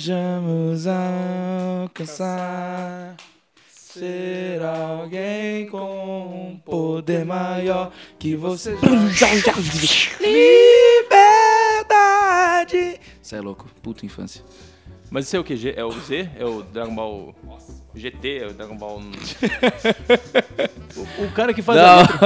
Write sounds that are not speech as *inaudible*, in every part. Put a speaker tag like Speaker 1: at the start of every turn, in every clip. Speaker 1: Desejamos alcançar ser alguém com um poder maior que você já. Liberdade! Você é louco, puta infância.
Speaker 2: Mas isso é o que? É o Z? É o Dragon Ball GT? É o Dragon Ball. *laughs* o, o cara que faz a letra.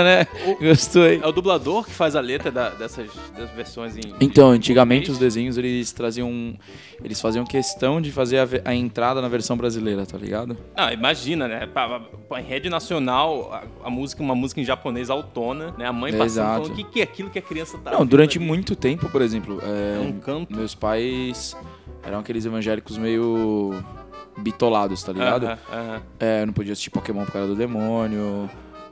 Speaker 1: *laughs* né? Gostou, hein?
Speaker 2: É o dublador que faz a letra da- dessas, das versões em.
Speaker 1: Então, antigamente os
Speaker 2: português?
Speaker 1: desenhos eles traziam. um- Eles faziam questão de fazer a, ve- a entrada na versão brasileira, tá ligado?
Speaker 2: Ah, imagina, né? Pá, pá, pá, em rede nacional, a, a música, uma música em japonês autona, né? A mãe
Speaker 1: É,
Speaker 2: passando
Speaker 1: exato.
Speaker 2: falando o que, que é aquilo que a criança tá.
Speaker 1: Não,
Speaker 2: ouvindo
Speaker 1: durante
Speaker 2: ali?"
Speaker 1: muito tempo, por exemplo. é,
Speaker 2: É um canto.
Speaker 1: Meus pais eram aqueles evangélicos meio bitolados, tá ligado?
Speaker 2: Aham, aham.
Speaker 1: É, eu não podia assistir Pokémon por causa do demônio.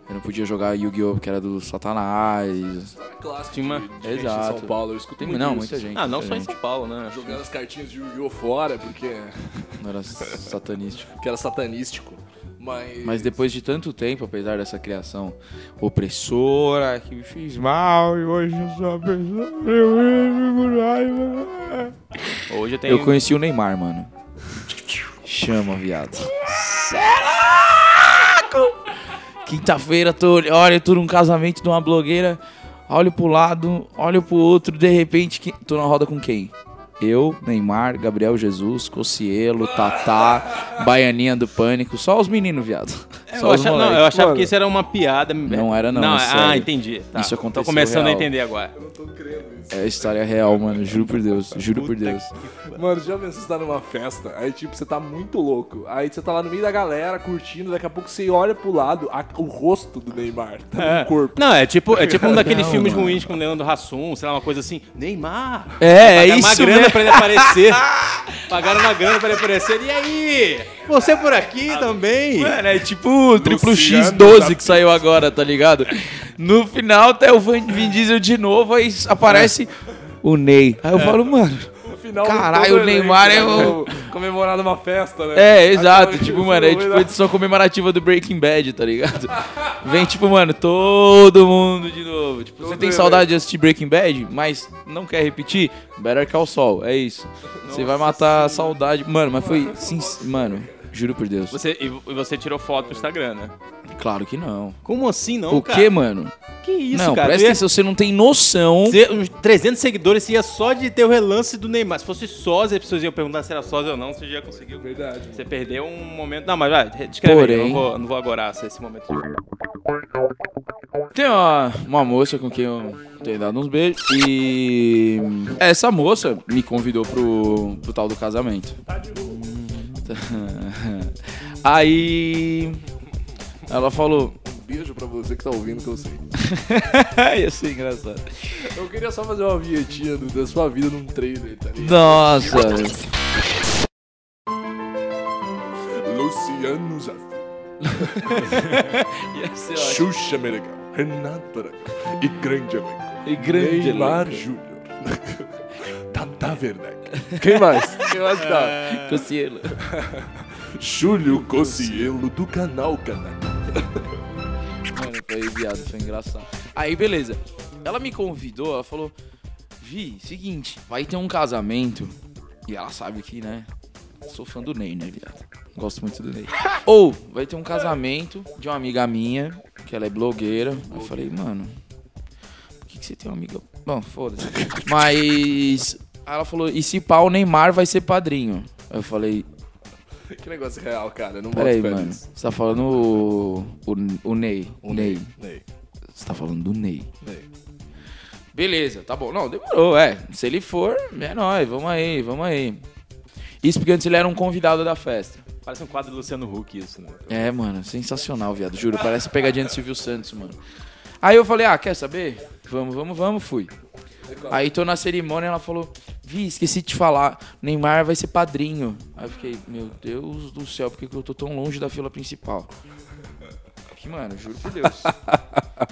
Speaker 1: Eu não podia jogar Yu-Gi-Oh! porque era do Satanás.
Speaker 3: Clássico
Speaker 2: Tinha uma-
Speaker 3: de, de gente
Speaker 1: Exato.
Speaker 3: em São Paulo. Eu escutei muito
Speaker 1: não,
Speaker 3: isso.
Speaker 1: muita gente.
Speaker 2: Ah, não só
Speaker 1: muita
Speaker 2: em São Paulo, né?
Speaker 3: Jogando as cartinhas de Yu-Gi-Oh! fora, porque
Speaker 1: gente.
Speaker 2: *laughs*
Speaker 1: Não era satanístico.
Speaker 3: que era satanístico. Mas,
Speaker 1: Mas depois de tanto tempo, apesar dessa criação opressora, que me fez mal, e hoje eu sou uma pessoa. Eu vivo né? com raiva.
Speaker 2: Hoje tem. um-
Speaker 1: Eu conheci o Neymar, mano. Chama, viado. Quinta-feira, tô, olha, eu tô num casamento de uma blogueira, olho pro lado, olho pro outro, de repente, que- tô na roda com quem? Eu, Neymar, Gabriel Jesus, Cocielo, Tatá, Baianinha do Pânico, só os meninos, viado. Só
Speaker 2: É, Eu
Speaker 1: os
Speaker 2: achava, não,
Speaker 1: moleque.
Speaker 2: eu achava
Speaker 1: Mano,
Speaker 2: que isso era uma piada.
Speaker 1: Não era não, é
Speaker 2: ah,
Speaker 1: sério.
Speaker 2: entendi. Tá.
Speaker 1: Isso aconteceu
Speaker 2: Tô começando
Speaker 1: real.
Speaker 2: a entender agora.
Speaker 3: Eu não tô crendo isso.
Speaker 1: É história real, mano, juro por Deus, juro por
Speaker 2: Puta
Speaker 1: Deus.
Speaker 3: Mano, já pensou você tá numa festa, aí tipo, você tá muito louco. Aí você tá lá no meio da galera curtindo, daqui a pouco você olha pro lado, a- o rosto do Neymar tá
Speaker 2: É.
Speaker 3: no corpo.
Speaker 2: Não, é tipo, é
Speaker 1: *laughs*
Speaker 2: tipo um daqueles
Speaker 1: Não,
Speaker 2: filmes
Speaker 1: mano.
Speaker 2: ruins com o Leandro Hassum, sei lá, uma coisa assim. Neymar!
Speaker 1: É, é
Speaker 2: Pagaram uma
Speaker 1: isso
Speaker 2: grana
Speaker 1: mesmo.
Speaker 2: pra
Speaker 1: *laughs*
Speaker 2: ele aparecer. Pagaram uma grana pra ele aparecer. E aí? Você por aqui
Speaker 3: Ah,
Speaker 2: também?
Speaker 1: Mano, é tipo o triplo
Speaker 3: Luciano
Speaker 1: X12 que saiu agora, tá ligado? No final tá o Van- Vin Diesel de novo, aí aparece o Ney. É. Aí eu falo,
Speaker 2: *laughs*
Speaker 1: mano.
Speaker 3: No final,
Speaker 1: Caralho,
Speaker 3: todo
Speaker 1: o Neymar
Speaker 3: elenco,
Speaker 1: é
Speaker 3: né, Comemorar numa festa, né?
Speaker 1: É, exato.
Speaker 3: Aquela-
Speaker 1: Tipo, mano, é tipo a
Speaker 3: Fenomenal.
Speaker 1: edição comemorativa do Breaking Bad, tá ligado? Vem, tipo, mano, todo mundo de novo. Tipo, você
Speaker 3: Todo
Speaker 1: tem
Speaker 3: elenco.
Speaker 1: saudade de assistir Breaking Bad, mas não quer repetir? Better Call Saul, é isso. Você vai matar a saudade. Mano, mas foi. sin- Mano, juro por Deus.
Speaker 2: Você, e vo- e você tirou foto pro Instagram, né?
Speaker 1: Claro que não.
Speaker 2: Como assim não,
Speaker 1: O que, mano?
Speaker 2: Que isso,
Speaker 1: não,
Speaker 2: cara?
Speaker 1: presta
Speaker 2: Eu ia
Speaker 1: atenção, você não tem noção.
Speaker 2: ter uns 300 seguidores seria só de ter o relance do Neymar. Se fosse sósia, as pessoas iam perguntar se era sósia ou não, você já conseguiu.
Speaker 3: Verdade. mano.
Speaker 2: Você perdeu um momento. Não, mas vai, descreve aí, eu
Speaker 1: Porém-
Speaker 2: não vou, eu não vou agorar esse momento.
Speaker 1: Tem uma, uma moça com quem eu tenho dado uns beijos e essa moça me convidou pro, pro tal do casamento. *laughs* Aí ela falou,
Speaker 3: Um beijo pra você que tá ouvindo, que eu sei.
Speaker 1: ia ser engraçado.
Speaker 3: Eu queria só fazer uma vinhetinha do- da sua vida num trailer, tá ligado?
Speaker 1: Nossa.
Speaker 3: Luciano *laughs* Zafir.
Speaker 1: Ia ser ótimo.
Speaker 3: Xuxa Meneghel, Renato Aragão e grande elenco.
Speaker 1: E grande
Speaker 3: Neymar
Speaker 1: elenco.
Speaker 3: Júnior. *laughs* Tata Werneck. Quem *laughs* mais? Quem mais tá?
Speaker 1: Cocielo.
Speaker 3: Júlio Cocielo do canal Canal.
Speaker 1: Mano, foi viado, foi engraçado. Aí, beleza. Ela me convidou, ela falou: Vi, seguinte, vai ter um casamento. E ela sabe que, né? Sou fã do Ney, né, viado? Gosto muito
Speaker 3: *laughs*
Speaker 1: do Ney. Ou vai ter um casamento de uma amiga minha, que ela é blogueira. Eu falei, mano, por que, que você tem uma amiga? Bom, foda-se. Mas. Aí ela falou: e se pá, o Neymar vai ser padrinho. Eu falei,
Speaker 3: Que negócio real, cara. Eu não boto
Speaker 1: peraí,
Speaker 3: fé
Speaker 1: mano.
Speaker 3: nisso.
Speaker 1: Você tá falando o, o, o Ney.
Speaker 3: O
Speaker 1: Ney.
Speaker 3: Ney.
Speaker 1: Você tá falando do Ney.
Speaker 3: Ney.
Speaker 1: Beleza, tá bom. Não, demorou, é. Se ele for, é nóis, vamos aí, vamos aí. Isso porque antes ele era um convidado da festa.
Speaker 2: Parece um quadro do Luciano Huck isso, né?
Speaker 1: É, mano, sensacional, viado. Juro, parece pegadinha do Silvio Santos, mano. Aí eu falei, ah, quer saber? Vamos, vamos, vamos, fui. Aí tô na cerimônia, ela falou, Vi, esqueci de te falar, Neymar vai ser padrinho. Aí eu fiquei, meu Deus do céu, por que que eu tô tão longe da fila principal? Que, mano, juro por
Speaker 3: *laughs*
Speaker 1: Deus.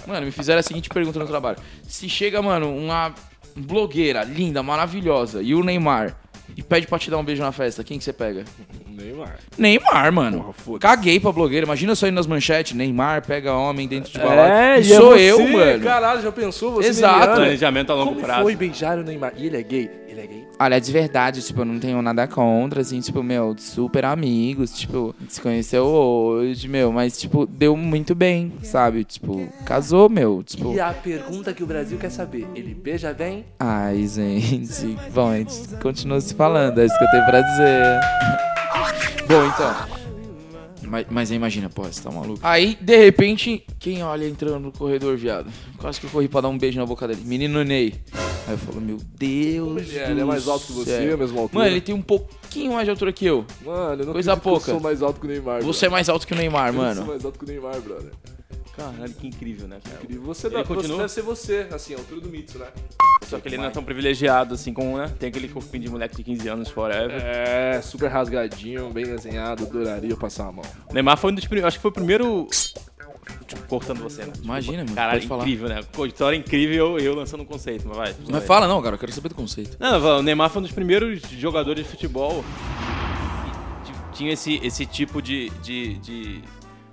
Speaker 1: Mano, me fizeram a seguinte pergunta no trabalho. Se chega, mano, uma blogueira linda, maravilhosa, e o Neymar, e pede pra te dar um beijo na festa, quem que você pega?
Speaker 3: Neymar.
Speaker 1: Neymar, mano.
Speaker 3: Porra, foda-se.
Speaker 1: Caguei pra blogueira. Imagina saindo nas manchetes. Neymar pega homem dentro de balada.
Speaker 3: É,
Speaker 1: e
Speaker 3: e é
Speaker 1: sou
Speaker 3: você,
Speaker 1: eu, mano.
Speaker 3: Caralho, já pensou? Você
Speaker 1: Exato.
Speaker 3: Neymar?
Speaker 2: Planejamento a longo
Speaker 3: Como
Speaker 2: prazo.
Speaker 3: foi beijar o Neymar? E ele é gay? Ele é gay?
Speaker 1: Olha, de verdade, tipo, eu não tenho nada contra, assim, tipo, meu, super amigos, tipo, se conheceu hoje, meu, mas, tipo, deu muito bem, sabe? Tipo, casou, meu, tipo.
Speaker 3: E a pergunta que o Brasil quer saber, ele beija bem?
Speaker 1: Ai, gente. Bom, a gente continua se falando, é isso que eu tenho pra dizer. *laughs* Bom, então. Mas, mas aí imagina, porra, você tá maluco. Aí, de repente, quem olha entrando no corredor, viado? Quase que eu corri pra dar um beijo na boca dele. Menino Ney. Aí eu falo, meu Deus.
Speaker 3: Ele é,
Speaker 1: do
Speaker 3: ele é mais alto que você,
Speaker 1: céu.
Speaker 3: a mesma altura.
Speaker 1: Mano, ele tem um pouquinho mais de altura que eu.
Speaker 3: Mano, eu não
Speaker 1: Coisa
Speaker 3: acredito que eu
Speaker 1: pouca.
Speaker 3: sou mais alto que o Neymar.
Speaker 1: Você é
Speaker 3: brother.
Speaker 1: mais alto que o Neymar,
Speaker 3: Eu sou
Speaker 1: mano.
Speaker 3: mais alto que o Neymar, brother.
Speaker 2: Caralho, que incrível, né, cara?
Speaker 3: E você,
Speaker 2: Ele
Speaker 3: dá, você
Speaker 2: continua?
Speaker 3: deve ser você, assim, a altura do mito, né?
Speaker 2: Só que ele não é tão privilegiado assim como, né? Tem aquele corpinho de moleque de 15 anos forever.
Speaker 3: É, super rasgadinho, bem desenhado, adoraria passar a mão.
Speaker 1: É.
Speaker 2: O Neymar foi um dos primeiros. Acho que foi o primeiro. Tipo, cortando você, né?
Speaker 1: Imagina, mano.
Speaker 2: Caralho,
Speaker 1: pode falar.
Speaker 2: incrível, né? Co- História incrível eu, eu lançando um conceito, mas vai. tudo
Speaker 1: Mas
Speaker 2: bem.
Speaker 1: fala não, cara, eu quero saber do conceito.
Speaker 2: Não, não, o Neymar foi um dos primeiros jogadores de futebol que t- tinha esse, esse tipo de. de, de, de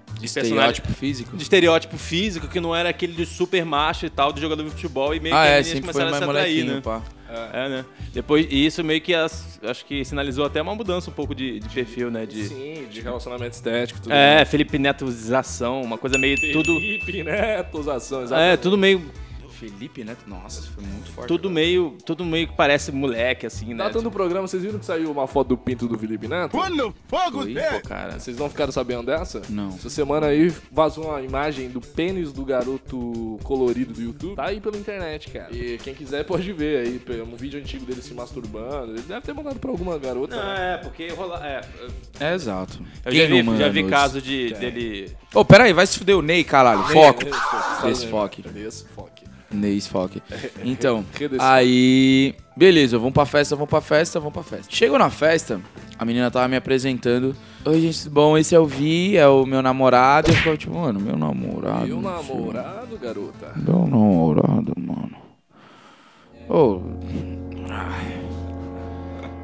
Speaker 2: personagem.
Speaker 1: Estereótipo físico.
Speaker 2: De estereótipo físico que não era aquele de super macho e tal, de jogador de futebol, e meio
Speaker 1: Ah,
Speaker 2: que
Speaker 1: é,
Speaker 2: as meninas
Speaker 1: sempre foi
Speaker 2: começaram a
Speaker 1: mais
Speaker 2: se atrair,
Speaker 1: molequinho,
Speaker 2: né?
Speaker 1: pá.
Speaker 2: É, né? Depois, e isso meio que as- acho que sinalizou até uma mudança um pouco de, de perfil, né? De,
Speaker 3: Sim, de relacionamento estético, tudo.
Speaker 2: é, Felipe Netoização, uma coisa meio tudo.
Speaker 3: Felipe, né? Tosação,
Speaker 2: É,
Speaker 3: exatamente.
Speaker 2: tudo meio.
Speaker 1: Felipe Neto, nossa, foi muito forte.
Speaker 2: Tudo meio. Tudo meio que parece moleque, assim, né?
Speaker 3: Datando o programa, vocês viram que saiu uma foto do pinto do Felipe Neto?
Speaker 2: Tipo,
Speaker 1: É.
Speaker 2: pô, cara.
Speaker 3: É, Vocês não ficaram sabendo dessa?
Speaker 1: Não.
Speaker 3: Essa semana aí vazou uma imagem do pênis do garoto colorido do YouTube. Tá aí pela internet, cara. E quem quiser pode ver aí. É um vídeo antigo dele se masturbando. Ele deve ter mandado pra alguma garota.
Speaker 2: Não,
Speaker 3: né?
Speaker 2: é, porque rola. É,
Speaker 1: É, exato.
Speaker 2: eu
Speaker 1: Quem
Speaker 2: já
Speaker 1: não
Speaker 2: vi,
Speaker 1: manda
Speaker 2: já vi
Speaker 1: nudes?
Speaker 2: caso de, dele.
Speaker 1: Ô, pera aí, vai se fuder o Ney, caralho. Foco.
Speaker 3: É, é, é,
Speaker 1: Desfoque.
Speaker 3: Desfoque.
Speaker 1: Ney, *laughs* foco. Então,
Speaker 3: Redesfoque.
Speaker 1: aí... Beleza, vamos pra festa, vamos pra festa, vamos pra festa. Chego na festa, a menina tava me apresentando. Oi, gente, tudo bom? Esse é o Vi, é o meu namorado. Eu ficava tipo, mano, meu namorado.
Speaker 3: Meu
Speaker 1: tio.
Speaker 3: namorado, garota.
Speaker 1: Meu namorado, mano. Ô. ai.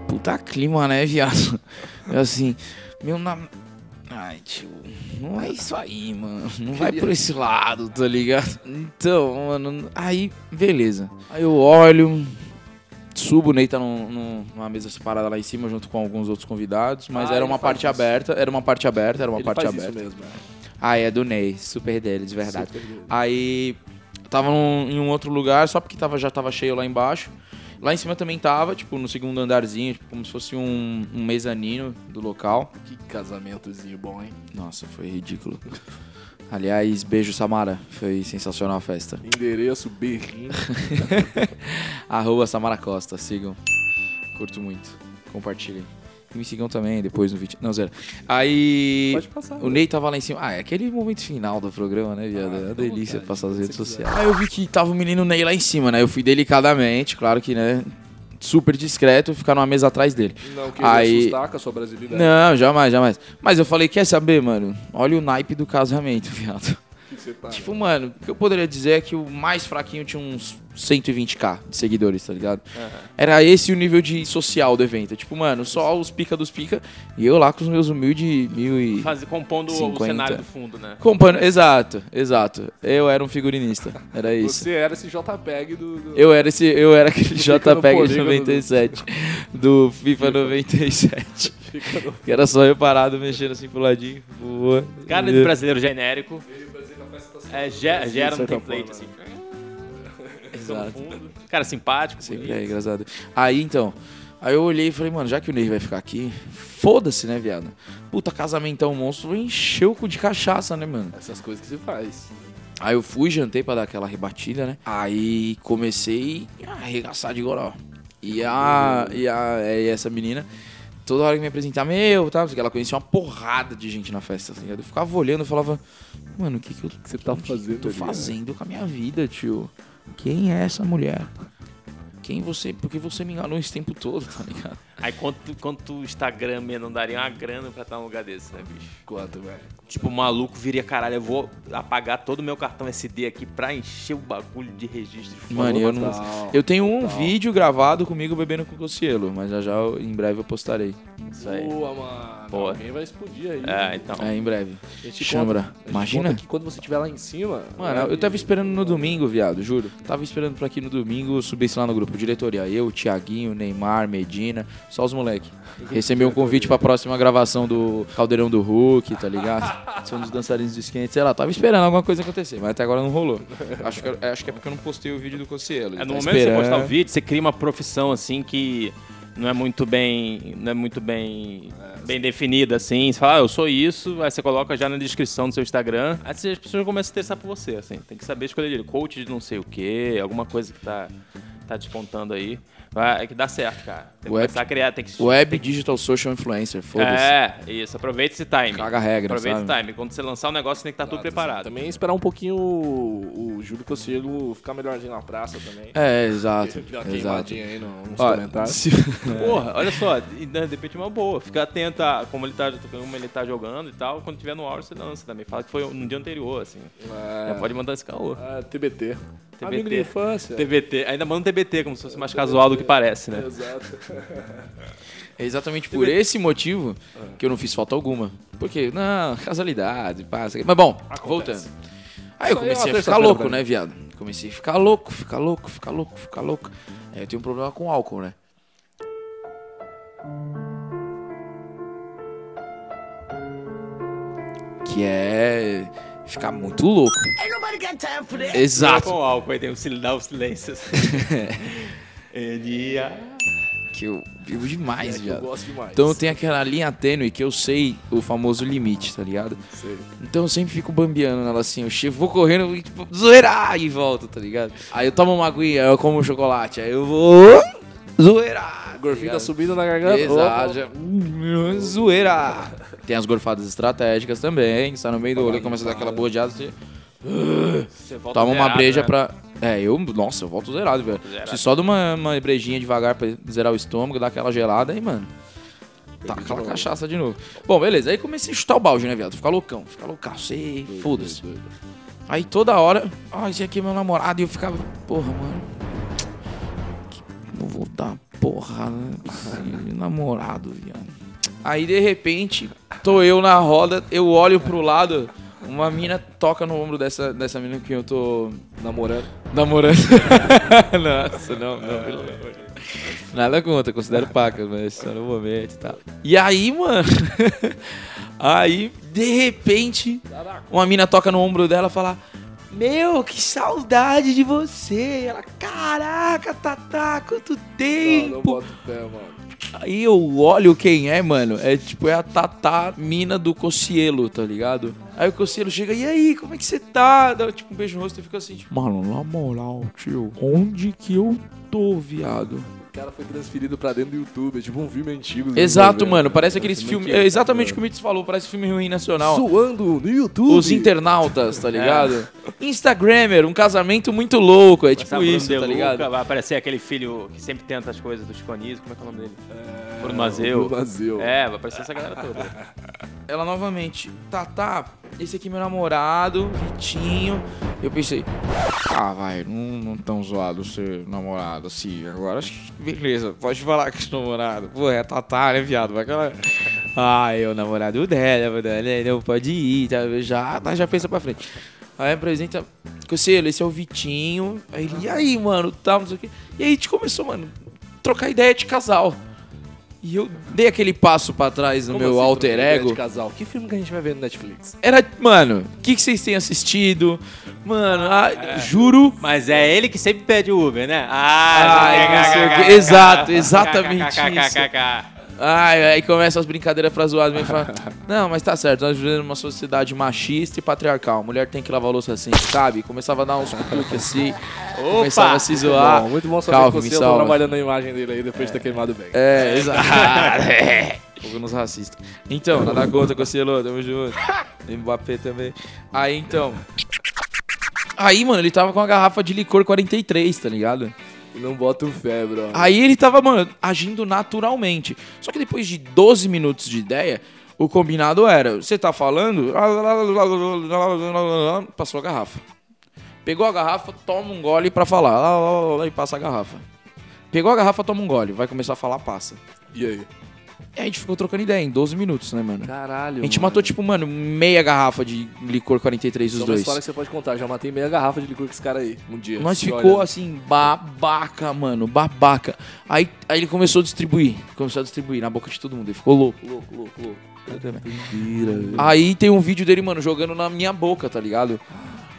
Speaker 1: Puta clima, né, viado? *laughs* É assim, meu nam. Ai, tio, não é isso aí, mano. Não vai por esse lado, tá ligado? Então, mano, aí, beleza. Aí eu olho, subo, o Ney tá num- num- numa mesa separada lá em cima, junto com alguns outros convidados, mas
Speaker 3: Ah,
Speaker 1: era
Speaker 3: ele
Speaker 1: uma
Speaker 3: faz
Speaker 1: parte
Speaker 3: isso.
Speaker 1: aberta, era uma parte aberta, era uma
Speaker 3: Ele
Speaker 1: parte
Speaker 3: faz
Speaker 1: aberta.
Speaker 3: isso mesmo. né?
Speaker 1: Ah, é do Ney, super dele, de verdade.
Speaker 3: Super dele.
Speaker 1: Aí tava num- em um outro lugar, só porque tava, já tava cheio lá embaixo. Lá em cima também tava, tipo, no segundo andarzinho, tipo, como se fosse um, um mezanino do local.
Speaker 3: Que casamentozinho bom, hein?
Speaker 1: Nossa, foi ridículo. Aliás, beijo Samara, foi sensacional a festa. *laughs*
Speaker 3: Endereço, berrinho.
Speaker 1: Arroba Samara Costa, sigam. Curto muito, compartilhem. E me sigam também depois no vídeo. Não, zero. Aí.
Speaker 3: Pode passar.
Speaker 1: O Ney tava lá em cima. Ah, é aquele momento final do programa, né, viado?
Speaker 3: Tá Ah,
Speaker 1: é uma
Speaker 3: fica à
Speaker 1: delícia
Speaker 3: vontade,
Speaker 1: passar as redes
Speaker 3: se quiser.
Speaker 1: sociais. Aí eu vi que tava o menino Ney lá em cima, né? Eu fui delicadamente, claro que, né? Super discreto, ficar numa mesa atrás dele.
Speaker 3: Não que
Speaker 1: Aí-
Speaker 3: assustar com a sua brasileira.
Speaker 1: Não, jamais, jamais. Mas eu falei, quer saber, mano? Olha o naipe do casamento, *laughs* viado.
Speaker 3: Você tá,
Speaker 1: Tipo, mano, o que eu poderia dizer é que o mais fraquinho tinha uns 120k de seguidores, tá ligado? Era esse o nível de social do evento. Tipo, mano, só os pica dos pica e eu lá com os meus humildes mil e...
Speaker 2: Faz, compondo o
Speaker 1: 50.
Speaker 2: cenário do fundo, né?
Speaker 1: Compano, exato, exato. Eu era um figurinista, era isso.
Speaker 3: Você era esse JPEG do... do...
Speaker 1: Eu era esse, eu era aquele
Speaker 3: Fica no
Speaker 1: JPEG de
Speaker 3: polígono do-
Speaker 1: 97 do FIFA 97,
Speaker 3: *laughs* Fica no...
Speaker 1: que era só eu parado mexendo assim pro ladinho. Boa.
Speaker 2: Cara de brasileiro genérico.
Speaker 3: Brasil
Speaker 2: É, ge- gera um
Speaker 1: tá
Speaker 3: certa
Speaker 2: template, assim.
Speaker 3: forma,
Speaker 1: né?
Speaker 2: no
Speaker 1: Exato.
Speaker 2: fundo. Cara, simpático.
Speaker 1: Sempre
Speaker 2: bonito.
Speaker 1: é engraçado. Aí então, aí eu olhei e falei, mano, já que o Ney vai ficar aqui, foda-se, né, viado? Puta, casamentão monstro, vou encher o cu de cachaça, né, mano?
Speaker 3: Essas coisas que se faz.
Speaker 1: Aí eu fui, jantei pra dar aquela rebatida, né? Aí comecei a arregaçar de goró. E a. E a. E essa menina. Toda hora que me apresentava, meu, tá? não sei o quê, Ela conhecia uma porrada de gente na festa, tá ligado? Eu ficava olhando e falava, mano, o que, que eu
Speaker 3: que você tá fazendo
Speaker 1: tô
Speaker 3: ali, né?
Speaker 1: fazendo com a minha vida, tio? Quem é essa mulher? Quem você. Por que você me enganou esse tempo todo, tá ligado?
Speaker 2: Aí quanto, quanto o Instagram mesmo não daria uma grana pra estar num lugar desse, né, bicho?
Speaker 1: Quanto, velho?
Speaker 2: Tipo, maluco viria, caralho, eu vou apagar todo o meu cartão SD aqui pra encher o bagulho de registro.
Speaker 1: Mano, eu não.
Speaker 3: Total.
Speaker 1: Eu tenho um vídeo gravado comigo bebendo com Cocielo, mas já já eu- em breve eu postarei.
Speaker 2: Isso aí.
Speaker 3: Boa, mano.
Speaker 2: Boa.
Speaker 3: Alguém vai explodir aí.
Speaker 2: É, então.
Speaker 1: É, em breve.
Speaker 3: A gente
Speaker 1: Chambra,
Speaker 3: conta- a gente
Speaker 1: imagina?
Speaker 3: conta que quando você estiver lá em cima. é,
Speaker 1: Mano, eu tava esperando no domingo, viado, juro. Tava esperando pra aqui no domingo subisse lá no grupo. Diretoria, eu, Tiaguinho, Neymar, Medina, só os moleque. Recebi um convite pra próxima gravação do Caldeirão do Hulk, tá ligado? *laughs* São dos dançarinos do esquente, sei lá. Tava esperando alguma coisa acontecer, mas até agora não rolou. Acho que, acho que é porque eu não postei o vídeo do tá Cossielo.
Speaker 2: É, no momento que você postar o vídeo, você cria uma profissão assim que não é muito bem, não é muito bem,
Speaker 1: É.
Speaker 2: bem definida assim. Você fala, ah, eu sou isso, aí você coloca já na descrição do seu Instagram. Aí você- as pessoas começam a se interessar por você, assim. Tem que saber escolher ele, coach de não sei o quê, alguma coisa que tá tá despontando aí. Vai, é que dá certo, cara. Tem que
Speaker 1: Web-
Speaker 2: começar a criar, tem que
Speaker 1: Web Digital Social Influencer, foda-se.
Speaker 2: é, isso, aproveita esse time.
Speaker 1: Caga a regra,
Speaker 2: Aproveita
Speaker 1: sabe?
Speaker 2: o time. Quando você lançar o negócio, tem que estar tudo preparado.
Speaker 3: Também esperar um pouquinho o, o Júlio Cossielo ficar melhorzinho na praça também.
Speaker 1: É, exato.
Speaker 3: Deu uma
Speaker 1: exato.
Speaker 3: queimadinha aí no- nos
Speaker 1: Ó,
Speaker 3: comentários.
Speaker 1: se-
Speaker 2: Porra, olha só, e, né, de repente é uma boa. Fica atento a como ele, tá, como ele tá jogando e tal. Quando tiver no áudio, você lança também. Fala que foi no dia anterior, assim. Já pode mandar esse caô.
Speaker 3: Ah, TBT.
Speaker 2: TBT.
Speaker 3: Amigo de infância.
Speaker 2: TBT, ainda manda um TBT, como se fosse mais casual do que parece, né?
Speaker 3: Exato.
Speaker 1: *laughs* É exatamente por esse motivo que eu não fiz falta alguma. Porque, não, casualidade, passa. Mas bom, voltando. Aí eu
Speaker 3: Isso aí é uma
Speaker 1: comecei a ficar
Speaker 3: terça-feira
Speaker 1: louco,
Speaker 3: pra mim.
Speaker 1: né, viado? Comecei a ficar louco, ficar louco, ficar louco, ficar louco. Aí eu tenho um problema com álcool, né? Que é ficar muito louco. Exato.
Speaker 2: Com álcool, aí tem o sil- dá o silêncio. assim. *laughs* Ele
Speaker 1: Que eu vivo demais,
Speaker 3: É que eu
Speaker 1: viado.
Speaker 3: gosto demais.
Speaker 1: Então tem aquela linha tênue que eu sei o famoso limite, tá ligado?
Speaker 3: Sei.
Speaker 1: Então eu sempre fico bambeando nela assim, eu chego, vou correndo e tipo, zoeirar e volto, tá ligado? Aí eu tomo uma aguinha, aí eu como um chocolate, aí eu vou zoeirar.
Speaker 3: Gorfinho
Speaker 1: tá
Speaker 3: tá
Speaker 1: ligado?
Speaker 3: subindo na garganta.
Speaker 1: Exato,
Speaker 3: Opa.
Speaker 1: já- hum, zoeira. Tem as gorfadas estratégicas também, você tá no meio do olho, começa a dar aquela bojeada, você
Speaker 2: Você volta
Speaker 1: toma uma
Speaker 2: zerado,
Speaker 1: breja
Speaker 2: né?
Speaker 1: pra... É, eu, nossa, eu volto zerado, velho.
Speaker 2: Zerado.
Speaker 1: Se só de uma, uma brejinha devagar pra zerar o estômago, dar aquela gelada, aí, mano. Tá aquela cachaça de novo. Bom, beleza. Aí comecei a chutar o balde, né, viado? Ficar loucão, ficar loucaço. Ei, foda-se. Aí toda hora, ó, esse aqui é meu namorado. E eu ficava, porra, mano. que- Não vou dar porra, né? Meu namorado, viado. Aí de repente, tô eu na roda, eu olho pro lado, uma mina toca no ombro dessa, dessa mina que eu tô
Speaker 3: Namorando.
Speaker 1: namorando. Nossa, não,
Speaker 2: É.
Speaker 1: não, beleza. *laughs* Nada contra, considero pacas, mas só no momento e tal. E aí, mano. *laughs* aí, de repente, uma mina toca no ombro dela e fala: Meu, que saudade de você. Ela, caraca, Tatá, quanto
Speaker 3: Não,
Speaker 1: tempo.
Speaker 3: não bota o pé, mano.
Speaker 1: Aí eu olho quem é, mano. É tipo, é a Tatá mina do Cocielo, tá ligado? Aí o Cocielo chega, e aí, como é que você tá? Dá tipo um beijo no rosto e fica assim, tipo, mano, na moral, tio, onde que eu tô, viado?
Speaker 3: O cara foi transferido pra dentro do YouTube. É tipo um filme antigo.
Speaker 1: Exato,
Speaker 3: desenvolvendo,
Speaker 1: mano,
Speaker 3: né?
Speaker 1: parece aqueles
Speaker 3: Esse
Speaker 1: filmes.
Speaker 3: mentira,
Speaker 1: é exatamente o
Speaker 3: cara.
Speaker 1: que o Mitz falou, parece filme ruim nacional.
Speaker 3: Zoando no YouTube.
Speaker 1: Os internautas, tá ligado? Instagrammer, um casamento muito louco, é
Speaker 2: Passar
Speaker 1: tipo
Speaker 2: Bruno
Speaker 1: isso,
Speaker 2: De
Speaker 1: tá
Speaker 2: Luca,
Speaker 1: ligado?
Speaker 2: Vai aparecer aquele filho que sempre tenta as coisas dos conis, como é que é o nome dele? Bruno
Speaker 3: Bruno
Speaker 2: Mazeu.
Speaker 3: Mazeu.
Speaker 2: É, vai aparecer essa galera toda.
Speaker 1: ela novamente, tá, tá, esse aqui é meu namorado, Vitinho. Eu pensei, ah, vai, não, não tão zoado ser namorado assim. Agora acho que beleza, pode falar que é namorado. Pô, é Tatá, né, viado? Vai que ela. Ah, eu namorado dela, né? Não pode ir, tá? Já, tá, já pensa pra frente. Aí apresenta, Conselho, esse é o Vitinho. Aí ele, e aí, mano, tal, não sei o quê. E aí a gente começou, mano, trocar ideia de casal. E eu dei aquele passo pra trás no
Speaker 3: Como
Speaker 1: meu
Speaker 3: assim,
Speaker 1: alter
Speaker 3: troca ideia
Speaker 1: ego.
Speaker 3: de casal? Que filme que a gente vai ver no Netflix?
Speaker 1: Era, mano, o que, que vocês têm assistido? Mano, ah, juro.
Speaker 2: Mas é ele que sempre pede Uber, né? Ah,
Speaker 1: Ai, não sei o quê. Exato, *laughs* exatamente isso. Ai, aí começa as brincadeiras pra zoar. vem *laughs* falar, Não, mas tá certo, nós vivemos numa sociedade machista e patriarcal. Mulher tem que lavar louça assim, sabe? Começava a dar uns cutuques assim, começava a se zoar.
Speaker 3: Bom, muito bom saber
Speaker 1: Calma,
Speaker 3: que
Speaker 1: me
Speaker 3: você tá
Speaker 1: salva.
Speaker 3: trabalhando na imagem dele aí depois de ter queimado bem.
Speaker 1: É, exato. Alguns racistas. Então, nada contra, Cossielô, tamo junto. Mbappé também. Aí, então... Aí, mano, ele tava com uma garrafa de licor 43, tá ligado?
Speaker 3: Não boto fé, bro.
Speaker 1: Aí ele tava, mano, agindo naturalmente. Só que depois de 12 minutos de ideia, o combinado era: você tá falando, passou a garrafa. Pegou a garrafa, toma um gole pra falar, e passa a garrafa. Pegou a garrafa, toma um gole, vai começar a falar, passa.
Speaker 3: E aí?
Speaker 1: E a gente ficou trocando ideia em 12 minutos, né, mano?
Speaker 3: Caralho.
Speaker 1: A gente matou, tipo, mano, meia garrafa de licor 43 dos
Speaker 3: Só uma
Speaker 1: dois.
Speaker 3: história que você pode contar. Já matei meia garrafa de licor com esse cara aí um dia.
Speaker 1: Nós
Speaker 3: Olha,
Speaker 1: ficou assim, babaca, mano, babaca. Aí, aí ele começou a distribuir, começou a distribuir na boca de todo mundo, ele ficou louco.
Speaker 3: Louco, louco, louco.
Speaker 1: Mentira, Aí tem um vídeo dele, mano, jogando na minha boca, tá ligado?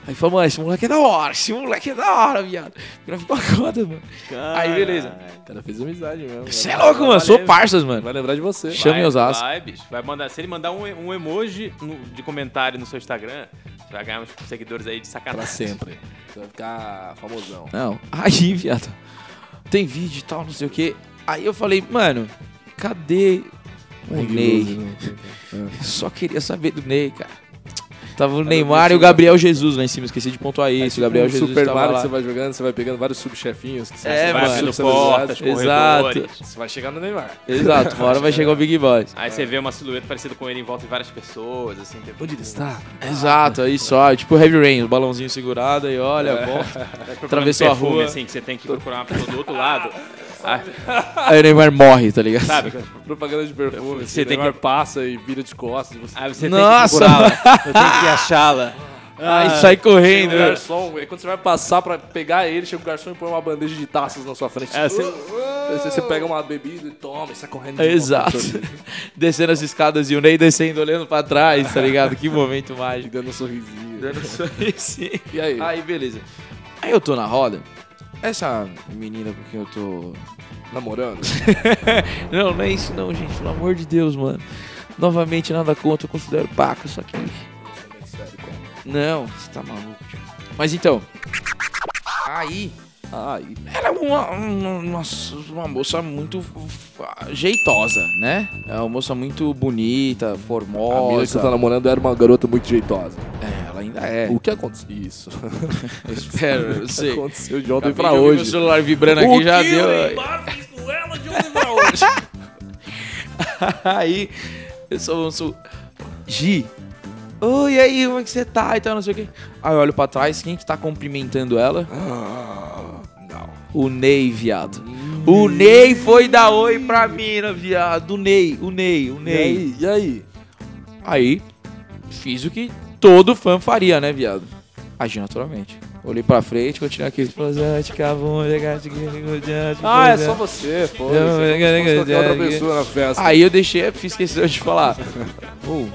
Speaker 1: Aí falou, mano, esse moleque é da hora, esse moleque é da hora, viado. Nós ficou foda, mano. Aí, beleza.
Speaker 3: O cara fez amizade mesmo.
Speaker 1: Você é louco, mano, sou parças, mano.
Speaker 3: né? Vai lembrar de você.
Speaker 1: Chama em Osasco.
Speaker 2: Vai, bicho. Vai mandar, se ele mandar um, e- um emoji no- de comentário no seu Instagram, você vai ganhar uns seguidores aí de
Speaker 3: Pra
Speaker 2: sacanagem.
Speaker 3: sempre. Você vai ficar famosão.
Speaker 1: Não, aí, *laughs* viado, tem vídeo e tal, não sei o quê. Aí eu falei, mano, cadê o Ney?
Speaker 3: né?
Speaker 1: Só queria saber do Ney, cara. Tava o Neymar e o Gabriel Jesus lá em cima, esqueci de pontuar É isso. o Gabriel
Speaker 3: Um
Speaker 1: Jesus
Speaker 3: Super
Speaker 1: tava
Speaker 3: Mario que
Speaker 1: lá.
Speaker 3: você vai jogando, você vai pegando vários subchefinhos. Que são
Speaker 1: É,
Speaker 3: vários
Speaker 1: mano.
Speaker 2: abrindo
Speaker 3: subcelebridades.
Speaker 2: portas,
Speaker 1: Exato.
Speaker 2: corredores.
Speaker 3: Você vai chegar no Neymar.
Speaker 1: Exato, uma hora vai chegar o Big Boss.
Speaker 2: Aí você vê uma silhueta parecida com ele em volta de várias pessoas, assim. tem-
Speaker 3: Onde ele está?
Speaker 1: Exato, aí só, tipo Heavy Rain, o balãozinho segurado aí, olha, volta.
Speaker 2: Vai procurando
Speaker 1: Atravessou a
Speaker 2: perfume,
Speaker 1: rua.
Speaker 2: assim, que você tem que procurar uma pessoa do outro
Speaker 1: *laughs*
Speaker 2: lado. Ah,
Speaker 1: Aí o Neymar morre, tá ligado?
Speaker 2: sabe?
Speaker 3: Propaganda de perfume.
Speaker 2: Você
Speaker 3: Você
Speaker 2: tem
Speaker 3: tem Neymar passa e vira de costas. Você
Speaker 2: Aí você
Speaker 1: Nossa!
Speaker 2: tem que procurá-la. Eu tenho que achá-la.
Speaker 1: Aí sai
Speaker 3: Tem
Speaker 1: correndo.
Speaker 3: um
Speaker 1: né?
Speaker 3: garçom, aí quando você vai passar pra pegar ele, chega o garçom e põe uma bandeja de taças na sua frente.
Speaker 2: É, você-
Speaker 3: Aí você, você pega uma bebida e toma, e sai correndo. de
Speaker 1: Exato.
Speaker 3: volta pra sua vida.
Speaker 1: *laughs* Descendo as escadas e o Ney descendo, olhando pra trás, tá ligado? Que momento
Speaker 3: E
Speaker 1: mágico.
Speaker 3: dando um sorrisinho.
Speaker 2: *laughs*
Speaker 1: Esse-
Speaker 3: E aí?
Speaker 1: Aí, beleza. Aí eu tô na roda. Essa menina com quem eu tô *laughs*
Speaker 3: Namorando?
Speaker 1: Não, não é isso não, gente. Pelo amor de Deus, mano. Novamente, nada contra, eu considero paca, só que... Não, você tá maluco, tio. Mas então... Aí,
Speaker 3: Ai,
Speaker 1: ela é uma, uma, uma moça muito f- jeitosa, né? É uma moça muito bonita,
Speaker 3: a menina que
Speaker 1: formosa.
Speaker 3: você tá namorando era uma garota muito jeitosa.
Speaker 1: É, ela ainda é.
Speaker 3: O que aconteceu? Isso.
Speaker 1: Eu *laughs* espero, eu
Speaker 3: O que
Speaker 1: sei.
Speaker 3: *laughs* aconteceu de ontem
Speaker 1: Acabei
Speaker 3: pra
Speaker 1: de ouvir Meu
Speaker 3: hoje?
Speaker 1: celular vibrando aqui já deu. *laughs* aí, eu sou um sou... Gi. Oi, e aí, como é que você tá? E tal, não sei o quê. Aí eu olho pra trás, quem que tá cumprimentando ela?
Speaker 3: Ah, não. Hum.
Speaker 1: O Ney, viado. O Ney foi dar oi pra mina, viado. O Ney, o Ney, o
Speaker 3: E
Speaker 1: Ney.
Speaker 3: aí? E aí?
Speaker 1: Aí, fiz o que todo fã faria, né, viado? Agi naturalmente. Olhei pra frente, continuei aqui. é
Speaker 3: Ah, é só você, pô.
Speaker 1: Eu-
Speaker 3: Você
Speaker 1: eu- eu-
Speaker 3: é
Speaker 1: eu-
Speaker 3: outra
Speaker 1: eu-
Speaker 3: pessoa na festa.
Speaker 1: Aí eu deixei, fiz questão de falar. Ô,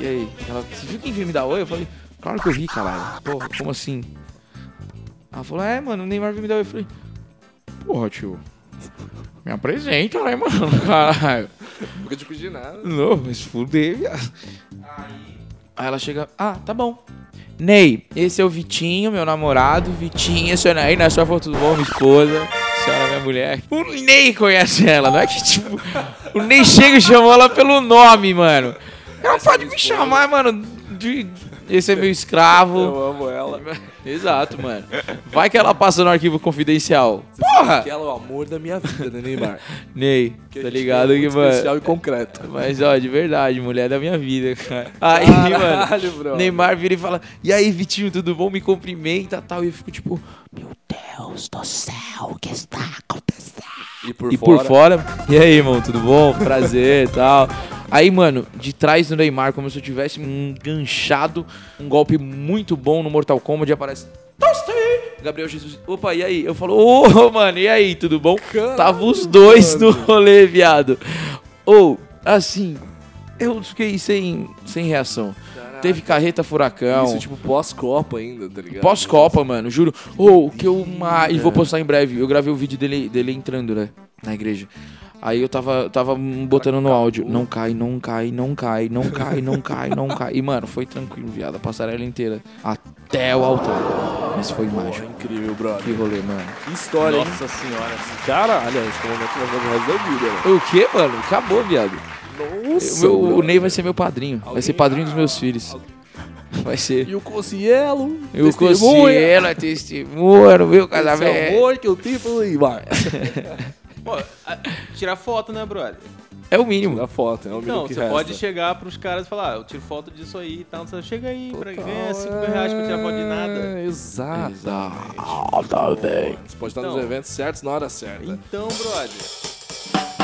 Speaker 1: e aí? Ela, você viu quem veio me dar oi? Eu falei, claro que eu vi, caralho. Porra, como assim? Ela falou, é, mano, o Neymar veio me dar oi. Eu falei, porra, tio. Me apresenta, né, mano? *laughs* Caralho.
Speaker 3: Nunca te pedi nada.
Speaker 1: Não, mas fudei, viado. Aí ela chega, ah, tá bom. Ney, esse é o Vitinho, meu namorado. Vitinho, esse é o Ney, né? Sua avó, tudo bom, minha esposa. Senhora, é minha mulher. O Ney conhece ela, não é que tipo. O Ney chega e chamou ela pelo nome, mano. Ela pode me chamar, mano. De... Esse é meu escravo.
Speaker 3: Eu amo ela.
Speaker 1: Exato, mano. Vai que ela passa no arquivo confidencial. Porra!
Speaker 3: Que ela é o amor da minha vida, né, Neymar?
Speaker 1: Ney,
Speaker 3: Que
Speaker 1: Ah.
Speaker 3: a
Speaker 1: tá
Speaker 3: gente
Speaker 1: ligado
Speaker 3: é
Speaker 1: que,
Speaker 3: muito
Speaker 1: mano.
Speaker 3: Especial e concreto.
Speaker 1: Mas, ó, de verdade, mulher da minha vida, cara. Aí, mano.
Speaker 3: Caralho, bro.
Speaker 1: Neymar vira e fala: E aí, Vitinho, tudo bom? Me cumprimenta tal. E eu fico tipo: Meu Deus do céu, o que está acontecendo?
Speaker 3: E por
Speaker 1: e por fora, e aí, irmão, tudo bom? Prazer tal. Aí, mano, de trás do Neymar, como se eu tivesse um enganchado um golpe muito bom no Mortal Kombat, aparece. "Tosti!" Gabriel Jesus, opa, e aí? Eu falo, ô, *laughs* mano, e aí, tudo bom?
Speaker 3: Caralho,
Speaker 1: Tava os dois
Speaker 3: mano.
Speaker 1: no rolê, viado. Ou, assim, eu fiquei sem, sem reação. Teve carreta furacão.
Speaker 3: Isso, tipo, pós-Copa ainda, tá ligado?
Speaker 1: Pós-Copa, mano, juro. Ou o que eu mais. Vou postar em breve. Eu gravei o vídeo dele, dele entrando, né? Na igreja. Aí eu tava, tava hum, botando no áudio. Não cai, não cai, não cai, não cai, não cai, não cai. E, mano, foi tranquilo, viado. A passarela inteira. Até o altar. Mas foi
Speaker 3: Porra,
Speaker 1: mágico.
Speaker 3: é incrível,
Speaker 1: Que
Speaker 3: brother.
Speaker 1: rolê, mano.
Speaker 3: Que história, hein?
Speaker 2: Nossa senhora.
Speaker 3: Caralho, esse momento nós vamos o resto da vida, né?
Speaker 1: O quê, mano? Acabou, viado.
Speaker 3: Nossa,
Speaker 1: O meu- o Ney vai ser meu padrinho. Vai ser padrinho dos meus filhos. Vai ser.
Speaker 3: E o Cossielo.
Speaker 1: Eu consegui, ela testemunha no meu casamento.
Speaker 3: é amor que eu tive pelo Neymar. É
Speaker 2: Pô, a- tirar foto, né, brother?
Speaker 1: É o mínimo.
Speaker 3: Da foto, é o mínimo
Speaker 2: Não,
Speaker 3: que
Speaker 2: você
Speaker 3: resta.
Speaker 2: pode chegar pros caras e falar, ah, eu tiro foto disso aí e tal. não sei o que. Chega aí, pra,
Speaker 3: Total,
Speaker 2: ganha 5 reais pra tirar foto de nada.
Speaker 3: é, Exato.
Speaker 1: Exatamente.
Speaker 3: Você pode estar nos
Speaker 2: Então.
Speaker 3: eventos certos na hora certa.
Speaker 2: Então, brother.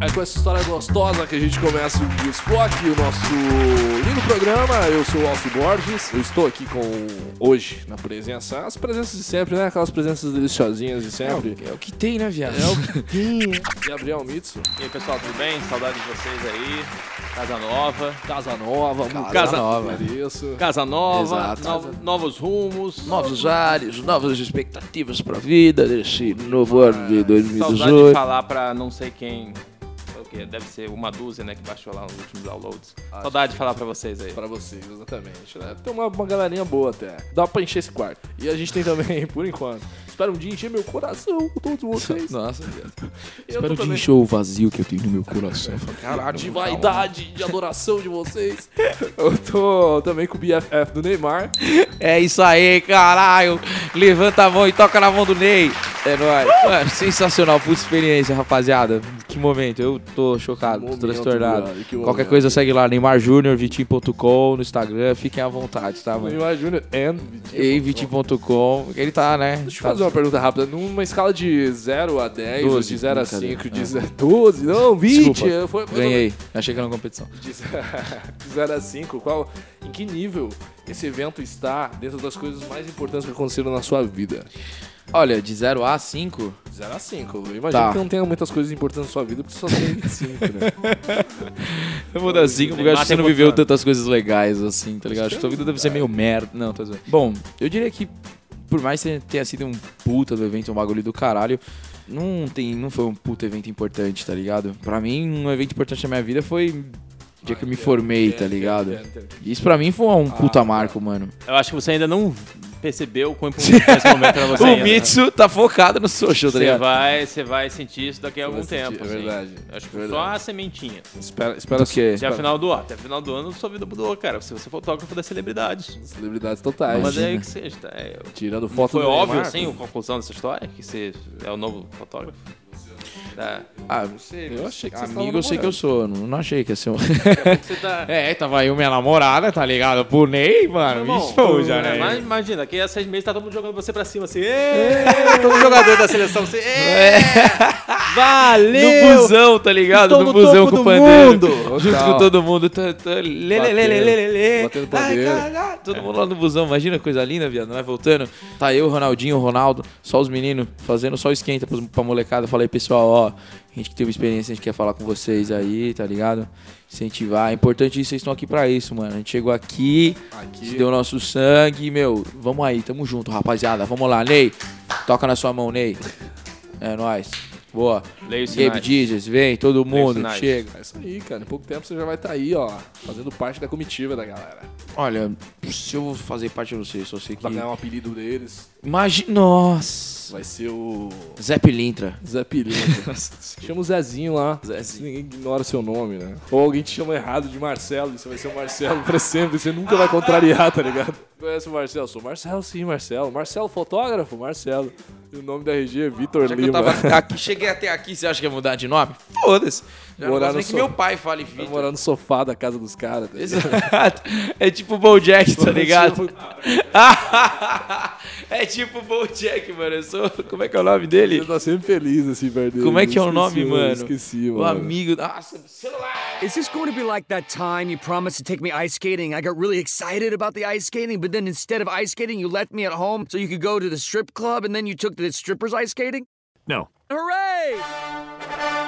Speaker 3: É com essa história gostosa que a gente começa o Desfoque, o nosso lindo programa. Eu sou o Alcio Borges. Eu estou aqui com, hoje, na presença, as presenças de sempre, né? Aquelas presenças deliciosinhas de sempre.
Speaker 1: É o que tem, né, viado?
Speaker 3: Gabriel Mitsu,
Speaker 2: E aí, pessoal, tudo bem? Saudade de vocês aí. Casa nova.
Speaker 3: Casa Nova,
Speaker 1: Casa Nova.
Speaker 3: Nova. Isso.
Speaker 2: Casa nova.
Speaker 1: Exato.
Speaker 2: no- novos rumos.
Speaker 1: Novos ares, novas expectativas pra vida desse novo ano de
Speaker 2: Saudade de
Speaker 1: 2018.
Speaker 2: falar pra não sei quem. É O quê? Deve ser uma dúzia, né? Que baixou lá nos últimos downloads. Saudade de falar pra vocês aí.
Speaker 3: Pra vocês, exatamente. né? Tem uma, uma galerinha boa até. Dá pra encher esse quarto. E a gente tem também, *laughs* por enquanto. Espero um dia encher meu coração com todos vocês.
Speaker 1: Nossa, viado.
Speaker 3: Eu tô também-
Speaker 1: encher o vazio que eu tenho no meu coração. Caralho,
Speaker 3: de vaidade, de adoração de vocês. *laughs* Eu tô também com o BFF do Neymar.
Speaker 1: É isso aí, caralho. Levanta a mão e toca na mão do Ney. É nóis.
Speaker 3: Uh!
Speaker 1: Mano, sensacional, puta experiência, rapaziada. Que momento, eu tô chocado, Tá, tô
Speaker 3: Momento,
Speaker 1: transtornado.
Speaker 3: brother, que
Speaker 1: Qualquer
Speaker 3: momento.
Speaker 1: coisa segue lá, neymarjuniorvitim.com no Instagram, fiquem à vontade, tá,
Speaker 3: O
Speaker 1: mano?
Speaker 3: Neymar Jr. and
Speaker 1: E vitim.com, ele tá, né?
Speaker 3: Deixa eu fazer uma pergunta rápida. Numa escala de 0 a 10, ou
Speaker 1: 12,
Speaker 3: de 0 a
Speaker 1: brincadeira.
Speaker 3: 5, de
Speaker 1: Ah.
Speaker 3: 0 12, não, 20.
Speaker 1: Desculpa,
Speaker 3: eu- foi- foi-
Speaker 1: Ganhei, achei que era uma competição.
Speaker 3: De 0 a *laughs* 5, qual, em que nível esse evento está dentro das coisas mais importantes que aconteceram na sua vida?
Speaker 1: Olha, de 0 a 5,
Speaker 3: De 0 a 5, eu imagino
Speaker 1: Tá.
Speaker 3: que não tenha muitas coisas importantes na sua vida, porque você só tem 25, né?
Speaker 1: Eu vou dar 5 porque eu acho que você não
Speaker 2: Neymar tem
Speaker 1: viveu
Speaker 2: quantos
Speaker 1: tantas coisas legais assim, tá ligado? Acho que sua vida deve ser meio merda. Não, tá zoando. Bom, eu diria que por mais que tenha sido um puta do evento, um bagulho do caralho, não, tem, não foi um puta evento importante, tá ligado? Pra mim, um evento importante na minha vida foi o dia que eu me formei, *laughs* tá
Speaker 3: É,
Speaker 1: ligado? Isso pra mim foi um puta marco, mano.
Speaker 2: Eu acho que você ainda não percebeu o quão *laughs* importante é esse momento pra você.
Speaker 1: O
Speaker 2: ainda. né?
Speaker 1: Mitsu tá focado no social, tá
Speaker 2: Você
Speaker 1: ligado?
Speaker 2: vai, você vai sentir isso daqui a algum
Speaker 3: vai sentir,
Speaker 2: tempo.
Speaker 3: é
Speaker 2: assim.
Speaker 3: verdade,
Speaker 2: Acho que
Speaker 3: é
Speaker 2: só
Speaker 3: verdade.
Speaker 2: a sementinha.
Speaker 3: Espera,
Speaker 1: Do
Speaker 3: espera
Speaker 1: quê?
Speaker 2: Até o final do ano. Até o final do ano sua vida mudou, cara. Se você é fotógrafo das celebridades.
Speaker 3: Celebridades totais.
Speaker 2: Mas
Speaker 1: Imagina.
Speaker 2: é aí que você está. é,
Speaker 3: Tirando foto
Speaker 2: Foi
Speaker 3: do
Speaker 2: óbvio,
Speaker 3: Neymar.
Speaker 2: assim, a conclusão dessa história? Que você é o novo fotógrafo? Tá.
Speaker 1: Ah, não sei.
Speaker 3: Eu achei que vocês
Speaker 1: Amigo,
Speaker 3: estavam
Speaker 1: eu sei que eu sou. Não, não achei que ia ser um.
Speaker 2: Você
Speaker 1: *laughs*
Speaker 2: tá...
Speaker 1: É, tava eu, minha namorada, tá ligado? Pro Ney, mano.
Speaker 2: Irmão,
Speaker 1: Bicho, já,
Speaker 2: é,
Speaker 1: né?
Speaker 2: mas imagina, que há seis meses tá todo mundo jogando você pra cima, assim. "Ê, todo jogador da seleção, assim. "Ê,
Speaker 1: No
Speaker 2: Valeu!
Speaker 1: busão, tá ligado?
Speaker 2: Estou
Speaker 1: no,
Speaker 2: no
Speaker 1: busão
Speaker 2: topo
Speaker 1: com o
Speaker 2: do
Speaker 1: pandeiro.
Speaker 2: mundo.
Speaker 1: Junto
Speaker 3: Total.
Speaker 1: com todo mundo. Tá, tá, lê, lê, lê, lê, lê, lê.
Speaker 3: Batendo
Speaker 1: Ai,
Speaker 3: pandeiro.
Speaker 1: caralho. Todo mundo lá no busão, imagina que coisa linda, viado. Não é voltando? Tá eu, Ronaldinho, Ronaldo, só os meninos, fazendo só esquenta pros- pra molecada. Falei, pessoal, ó, a gente que teve experiência, a gente quer falar com vocês aí, tá ligado? Incentivar. É importante isso, vocês estão aqui pra isso, mano. A gente chegou aqui,
Speaker 3: Aqui.
Speaker 1: se deu nosso sangue, meu. Vamos aí, tamo junto, rapaziada. Vamos lá, Ney. Toca na sua mão, Ney. É nóis. Boa.
Speaker 2: Leia os
Speaker 1: Gabe
Speaker 2: sinais.
Speaker 1: Jesus, vem, todo mundo,
Speaker 2: sinais.
Speaker 1: chega.
Speaker 3: É isso aí, cara. Em pouco tempo você já vai estar aí, ó, fazendo parte da comitiva da galera.
Speaker 1: Olha, se eu vou fazer parte, eu não sei, só sei que.
Speaker 3: Vai ganhar um apelido deles.
Speaker 1: Imagina. Nossa!
Speaker 3: Vai ser o
Speaker 1: Zé Pilintra.
Speaker 3: Zé *laughs* Pilintra. chama o Zezinho lá.
Speaker 1: Zezinho.
Speaker 3: Ninguém ignora o seu nome, né? Ou alguém te chama errado de Marcelo e você vai ser o Marcelo pra sempre. Você nunca vai contrariar, tá ligado? *laughs* Conhece o Marcelo? Sou Marcelo, sim, Marcelo. Marcelo, fotógrafo? Marcelo. E o nome da RG é Vitor
Speaker 1: Já que eu
Speaker 3: Lima.
Speaker 1: tava aqui, cheguei até aqui, você acha que ia mudar de nome? Foda-se. Já não gosto
Speaker 3: Morar no
Speaker 1: nem que
Speaker 3: sol.
Speaker 1: meu pai fale
Speaker 3: Vai
Speaker 1: Vitor.
Speaker 3: morar no sofá da casa dos caras. Tá
Speaker 1: Exato.
Speaker 3: ligado?
Speaker 1: *laughs* É tipo o Bojack, tá ligado? *laughs* é tipo o Bojack, mano. Eu sou. Como é que é o nome
Speaker 3: Ele
Speaker 1: dele?
Speaker 3: tá sempre feliz, assim, perto dele.
Speaker 1: Como é que é o
Speaker 3: Esqueci
Speaker 1: nome, mano?
Speaker 3: Esqueci,
Speaker 1: O
Speaker 3: mano.
Speaker 1: amigo. Nossa, celular!
Speaker 4: Is this going to be like that time you promised to take me ice skating? I got really excited about the ice skating, but then instead of ice skating, you left me at home so you could go to the strip club and then you took the strippers ice skating?
Speaker 5: No.
Speaker 4: Hooray!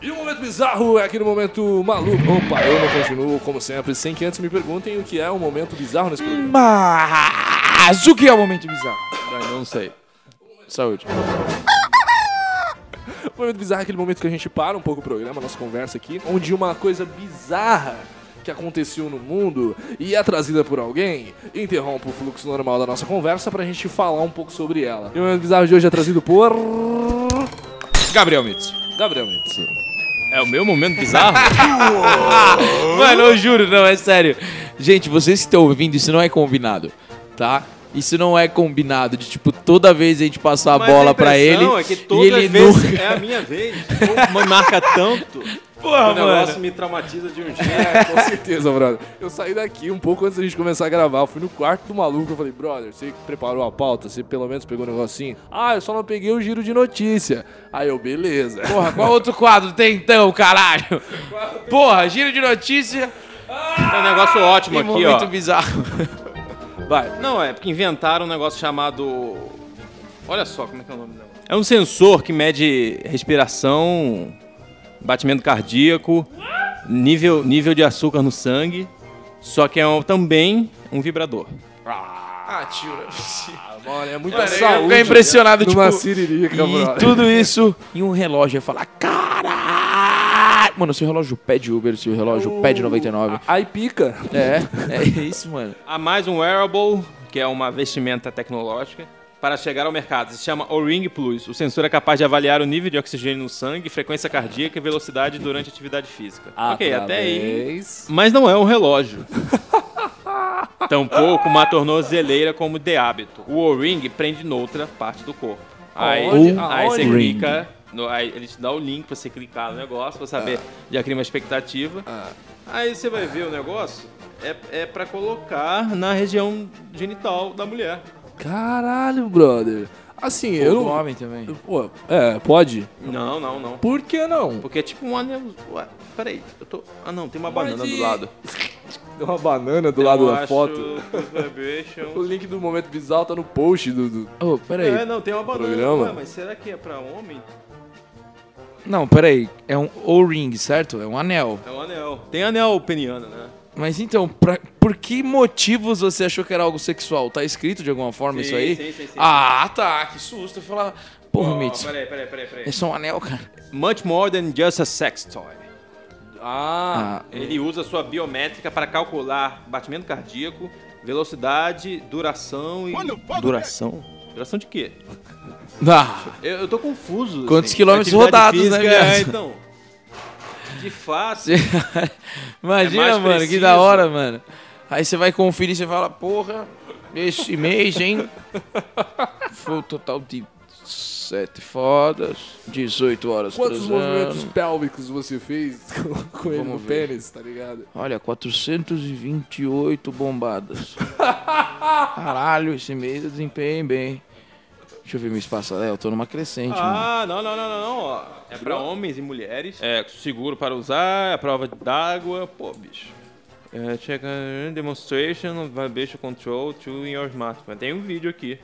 Speaker 3: E o momento bizarro é aquele momento maluco. Opa, eu não continuo, como sempre, sem que antes me perguntem o que é um momento bizarro nesse programa.
Speaker 1: um Mas o que é o momento bizarro?
Speaker 2: Não sei.
Speaker 1: Saúde.
Speaker 3: O momento bizarro é aquele momento que a gente para um pouco o programa, a nossa conversa aqui, onde uma coisa bizarra que aconteceu no mundo e é trazida por alguém, interrompe o fluxo normal da nossa conversa pra gente falar um pouco sobre ela. E o momento bizarro de hoje é trazido por
Speaker 5: Gabriel Mitz.
Speaker 3: Gabriel Mitsu.
Speaker 2: É o meu momento bizarro?
Speaker 1: Mano, eu juro, não, é sério. Gente, vocês que estão ouvindo, isso não é combinado, tá? Isso não é combinado de tipo toda vez a gente passar a
Speaker 5: Mas
Speaker 1: bola
Speaker 5: a
Speaker 1: pra ele
Speaker 5: impressão É que toda
Speaker 1: e ele
Speaker 5: vez
Speaker 1: nunca.
Speaker 5: é a minha
Speaker 2: *laughs*
Speaker 5: vez. Pô, me marca *laughs* tanto.
Speaker 2: Porra,
Speaker 5: o negócio me traumatiza de um jeito.
Speaker 3: É, Com certeza, brother. Eu saí daqui um pouco antes da gente começar a gravar. Eu fui no quarto do maluco. Eu falei, brother, você preparou a pauta? Você pelo menos pegou um negocinho? Ah, eu só não peguei o giro de notícia. Aí eu, beleza. *laughs*
Speaker 1: Porra, *laughs* qual outro quadro tem então, caralho? Porra, giro de notícia
Speaker 2: É um negócio ótimo
Speaker 1: e
Speaker 2: aqui,
Speaker 1: momento
Speaker 2: ó.
Speaker 1: bizarro.
Speaker 3: Vai.
Speaker 2: Não, é porque inventaram um negócio chamado. Olha só como é que é o nome dela. É um sensor que mede respiração, batimento cardíaco, nível, nível de açúcar no sangue. Só que é um- também um vibrador.
Speaker 1: Ah, tio, não é possível.
Speaker 3: Olha, é muita
Speaker 1: Mano, eu ia
Speaker 3: saúde.
Speaker 1: ficar impressionado, tipo...
Speaker 3: Numa siririca, brother.
Speaker 1: E tudo isso em um relógio. Eu ia falar, caralho! Mano, seu relógio pede Uber, seu relógio pede
Speaker 3: *laughs*
Speaker 1: 99.
Speaker 3: Aí pica.
Speaker 1: É,
Speaker 3: *laughs*
Speaker 1: é isso, mano.
Speaker 2: Há mais um wearable, que é uma vestimenta tecnológica, para chegar ao mercado. Se chama O-Ring Plus. O sensor é capaz de avaliar o nível de oxigênio no sangue, frequência cardíaca e velocidade durante a atividade física.
Speaker 3: Ah,
Speaker 2: ok,
Speaker 3: tá
Speaker 2: até aí.
Speaker 3: Através-
Speaker 2: Mas não é um relógio. Tampouco uma tornozeleira como de hábito. O O-Ring prende noutra parte do corpo. Aí,
Speaker 1: Aonde?
Speaker 2: aí você
Speaker 1: Aonde?
Speaker 2: clica. no- aí ele te dá o link pra você clicar no negócio, pra saber. Já cria uma expectativa. Aí você vai ver o negócio. É, é pra colocar na região genital da mulher.
Speaker 3: Caralho, brother. Assim, eu
Speaker 1: Do
Speaker 3: não...
Speaker 1: homem também.
Speaker 3: Pô, é, pode?
Speaker 2: Não, não, não.
Speaker 3: Por que não?
Speaker 2: Porque é tipo um anel. Ué, peraí, eu tô. Ah não, tem uma banana do lado.
Speaker 3: Deu uma banana do
Speaker 2: Eu
Speaker 3: lado da
Speaker 2: acho
Speaker 3: foto.
Speaker 2: que os
Speaker 3: *laughs*
Speaker 2: vibration-
Speaker 3: O link do momento bizarro tá no post do... do-
Speaker 1: Ô,
Speaker 2: É,
Speaker 1: peraí.
Speaker 2: não, tem uma banana.
Speaker 3: Programa?
Speaker 2: Ué, mas será que é pra homem?
Speaker 1: Não, peraí. É um O-ring, certo? É um anel.
Speaker 2: É um anel. Tem anel peniano, né?
Speaker 1: Mas então, pra- por que motivos você achou que era algo sexual? Tá escrito de alguma forma
Speaker 2: Sim,
Speaker 1: isso aí?
Speaker 2: sim, sim, sim.
Speaker 1: Ah, tá. Que susto. Eu falava, porra,
Speaker 2: Ó,
Speaker 1: Mitch,
Speaker 2: peraí, peraí, peraí, peraí.
Speaker 1: é só um anel,
Speaker 2: *laughs*
Speaker 1: cara.
Speaker 2: Much more than just a sex toy.
Speaker 1: Ah,
Speaker 2: Ele usa sua biométrica para calcular batimento cardíaco, velocidade, duração e. Duração? Duração de quê?
Speaker 1: ah. *laughs*
Speaker 2: Eu, eu tô confuso. assim.
Speaker 1: Quantos quilômetros
Speaker 2: Atividade
Speaker 1: rodados, né,
Speaker 2: física,
Speaker 1: viado?
Speaker 2: é, então. De fato.
Speaker 1: Imagina,
Speaker 2: É mais
Speaker 1: mano, que
Speaker 2: preciso.
Speaker 1: da hora, mano. Aí você vai conferir e você fala, porra, esse mês,
Speaker 2: *laughs*
Speaker 1: hein? Foi o total de sete fodas, 18 horas
Speaker 3: Quantos
Speaker 1: transando.
Speaker 3: movimentos pélvicos você fez *laughs* com, com ele
Speaker 1: Vamos
Speaker 3: no
Speaker 1: ver.
Speaker 3: pênis, tá ligado?
Speaker 1: Olha, 428
Speaker 3: *laughs*
Speaker 1: bombadas. Caralho, esse mês eu desempenhei bem. Deixa eu ver meu espaço. É, eu tô numa crescente, mano.
Speaker 2: Ah, não, não, não, não, não, ó. É pra homens e mulheres. É seguro para usar, é prova d'água. Pô, bicho. É, check uh, demonstration of vibration control to your smartphone. Tem um vídeo aqui.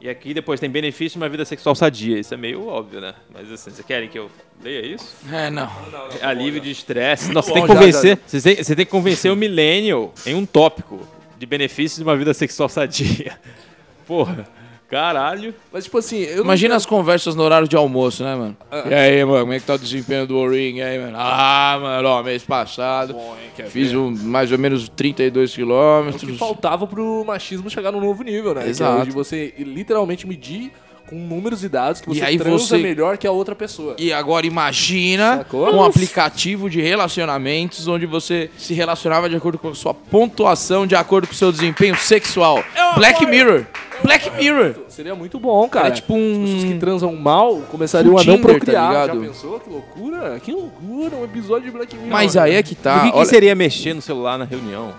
Speaker 2: E aqui depois tem benefício de uma vida sexual sadia. Isso é meio óbvio, né? Mas assim, vocês querem que eu leia isso?
Speaker 1: É, não.
Speaker 2: Alívio de estresse. Nossa, você
Speaker 3: Bom,
Speaker 2: tem que
Speaker 3: já,
Speaker 2: convencer. Você tem, você tem que convencer o millennial em um tópico de benefícios de uma vida sexual sadia. *laughs* Porra, caralho.
Speaker 3: Mas, tipo assim, eu não-
Speaker 1: Imagina as conversas no horário de almoço, né, mano?
Speaker 3: Ah.
Speaker 1: E aí, mano, como é que tá o desempenho do O-Ring aí, mano? Ah, mano, ó, mês passado. fiz um, mais ou menos 32
Speaker 3: O que
Speaker 1: quilômetros.
Speaker 3: faltava pro machismo chegar num novo nível, né? Que é
Speaker 1: Exato.
Speaker 3: onde você literalmente medir com números e dados que
Speaker 1: E
Speaker 3: você
Speaker 1: aí
Speaker 3: transa
Speaker 1: você-
Speaker 3: melhor que a outra pessoa.
Speaker 1: E agora imagina
Speaker 3: Sacou?
Speaker 1: um aplicativo de relacionamentos onde você se relacionava de acordo com a sua pontuação, de acordo com o seu desempenho sexual. Black Mirror. Black Mirror.
Speaker 3: Seria muito bom, cara.
Speaker 1: É tipo
Speaker 3: As pessoas que
Speaker 1: um...
Speaker 3: transam mal começariam
Speaker 1: um
Speaker 3: a não
Speaker 1: Tinder, tá
Speaker 3: procriar.
Speaker 1: ligado?
Speaker 3: Já pensou? Que loucura! Que loucura! Um episódio de Black Mirror. né?
Speaker 1: Mas aí é que
Speaker 2: o
Speaker 1: tá.
Speaker 2: que, que
Speaker 1: olha-
Speaker 2: seria mexer no celular na reunião?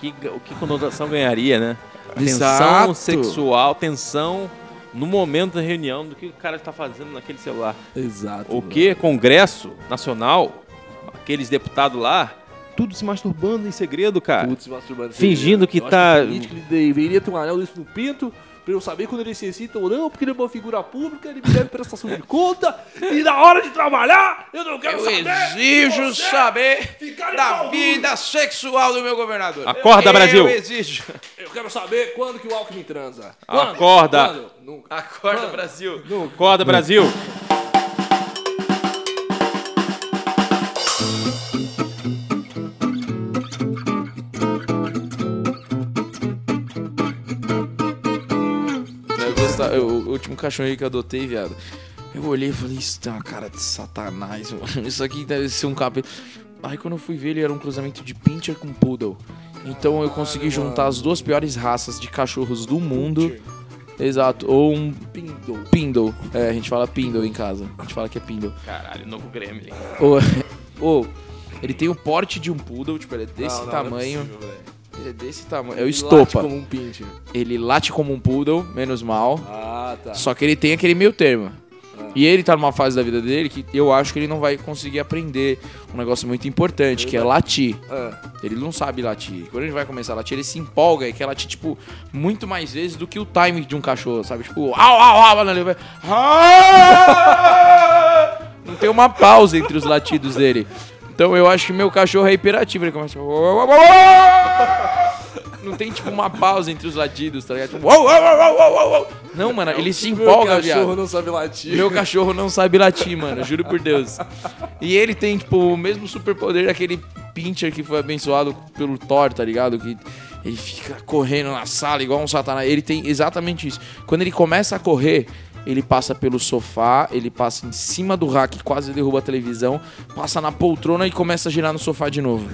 Speaker 2: Que, ga- o que conotação ganharia, né? Tensão
Speaker 1: Exato.
Speaker 2: sexual, tensão no momento da reunião, do que o cara está fazendo naquele celular.
Speaker 1: é
Speaker 3: Exato.
Speaker 2: O que? Congresso Nacional, aqueles deputados lá, tudo se masturbando em segredo, cara.
Speaker 1: Ah,
Speaker 3: Putz, masturbando.
Speaker 2: Fingindo que
Speaker 3: Eu acho
Speaker 2: tá-
Speaker 3: o político, ele deveria ter um anel desse no pinto pra eu saber quando ele se excita ou não, porque ele é uma figura pública, ele me deve prestação de conta e na hora de trabalhar eu não quero
Speaker 1: Eu
Speaker 3: saber.
Speaker 1: exijo
Speaker 3: você
Speaker 1: saber
Speaker 3: ficar de pau
Speaker 1: da
Speaker 3: duro.
Speaker 1: vida sexual do meu governador.
Speaker 2: Acorda,
Speaker 1: eu
Speaker 2: Brasil.
Speaker 1: exijo.
Speaker 3: Eu quero saber quando que o Alckmin transa. Quando?
Speaker 1: Ah.
Speaker 2: Acorda!
Speaker 3: Quando? Nunca.
Speaker 1: Acorda, Brasil.
Speaker 2: Acorda, Brasil!
Speaker 1: está- o, o último cachorrinho que eu adotei, viado. Eu olhei e falei, isso tem uma cara de satanás, mano. Isso aqui deve ser um cabelo. Aí quando eu fui ver, ele era um cruzamento de pincher com poodle. Então eu consegui juntar as duas piores raças de cachorros do mundo. Exato, ou um
Speaker 3: Pindou.
Speaker 1: pindle. É, a gente fala pindle em casa. A gente fala que é pindle.
Speaker 2: Caralho, novo Gremlin.
Speaker 1: Ou, *laughs* ou ele tem o porte de um poodle, tipo, ele é desse
Speaker 3: Não, não, não é
Speaker 1: tamanho.
Speaker 3: possível, velho.
Speaker 1: ele é desse tamanho. É o
Speaker 3: Ele
Speaker 1: estopa.
Speaker 3: late como um pincher.
Speaker 1: Ele late como um poodle, menos mal.
Speaker 3: Ah, tá.
Speaker 1: Só que ele tem aquele meio termo. E ele tá numa fase da vida dele que eu acho que ele não vai conseguir aprender um negócio muito importante, que é latir.
Speaker 3: Ah,
Speaker 1: Ele não sabe latir. Quando ele vai começar a latir, ele se empolga e quer latir, tipo, muito mais vezes do que o time de um cachorro, sabe? Tipo, au, au, au, na vai. "Ah!" Não tem uma pausa entre os latidos dele. Então eu acho que meu cachorro é hiperativo. Ele começa. "Au, au, au, au!" Não tem, tipo, uma pausa entre os latidos, tá ligado? Tipo, "Au, au, au, au, au, au, au!" Não, mano, ele se empolga,
Speaker 3: É tipo Meu cachorro
Speaker 1: viado.
Speaker 3: não sabe latir.
Speaker 1: Meu cachorro não sabe latir, mano, juro por Deus. E ele tem, tipo, o mesmo superpoder daquele pincher que foi abençoado pelo Thor, tá ligado? Que ele fica correndo na sala igual um satanás. Ele tem exatamente isso. Quando ele começa a correr, ele passa pelo sofá, ele passa em cima do rack, quase derruba a televisão, passa na poltrona e começa a girar no sofá de novo.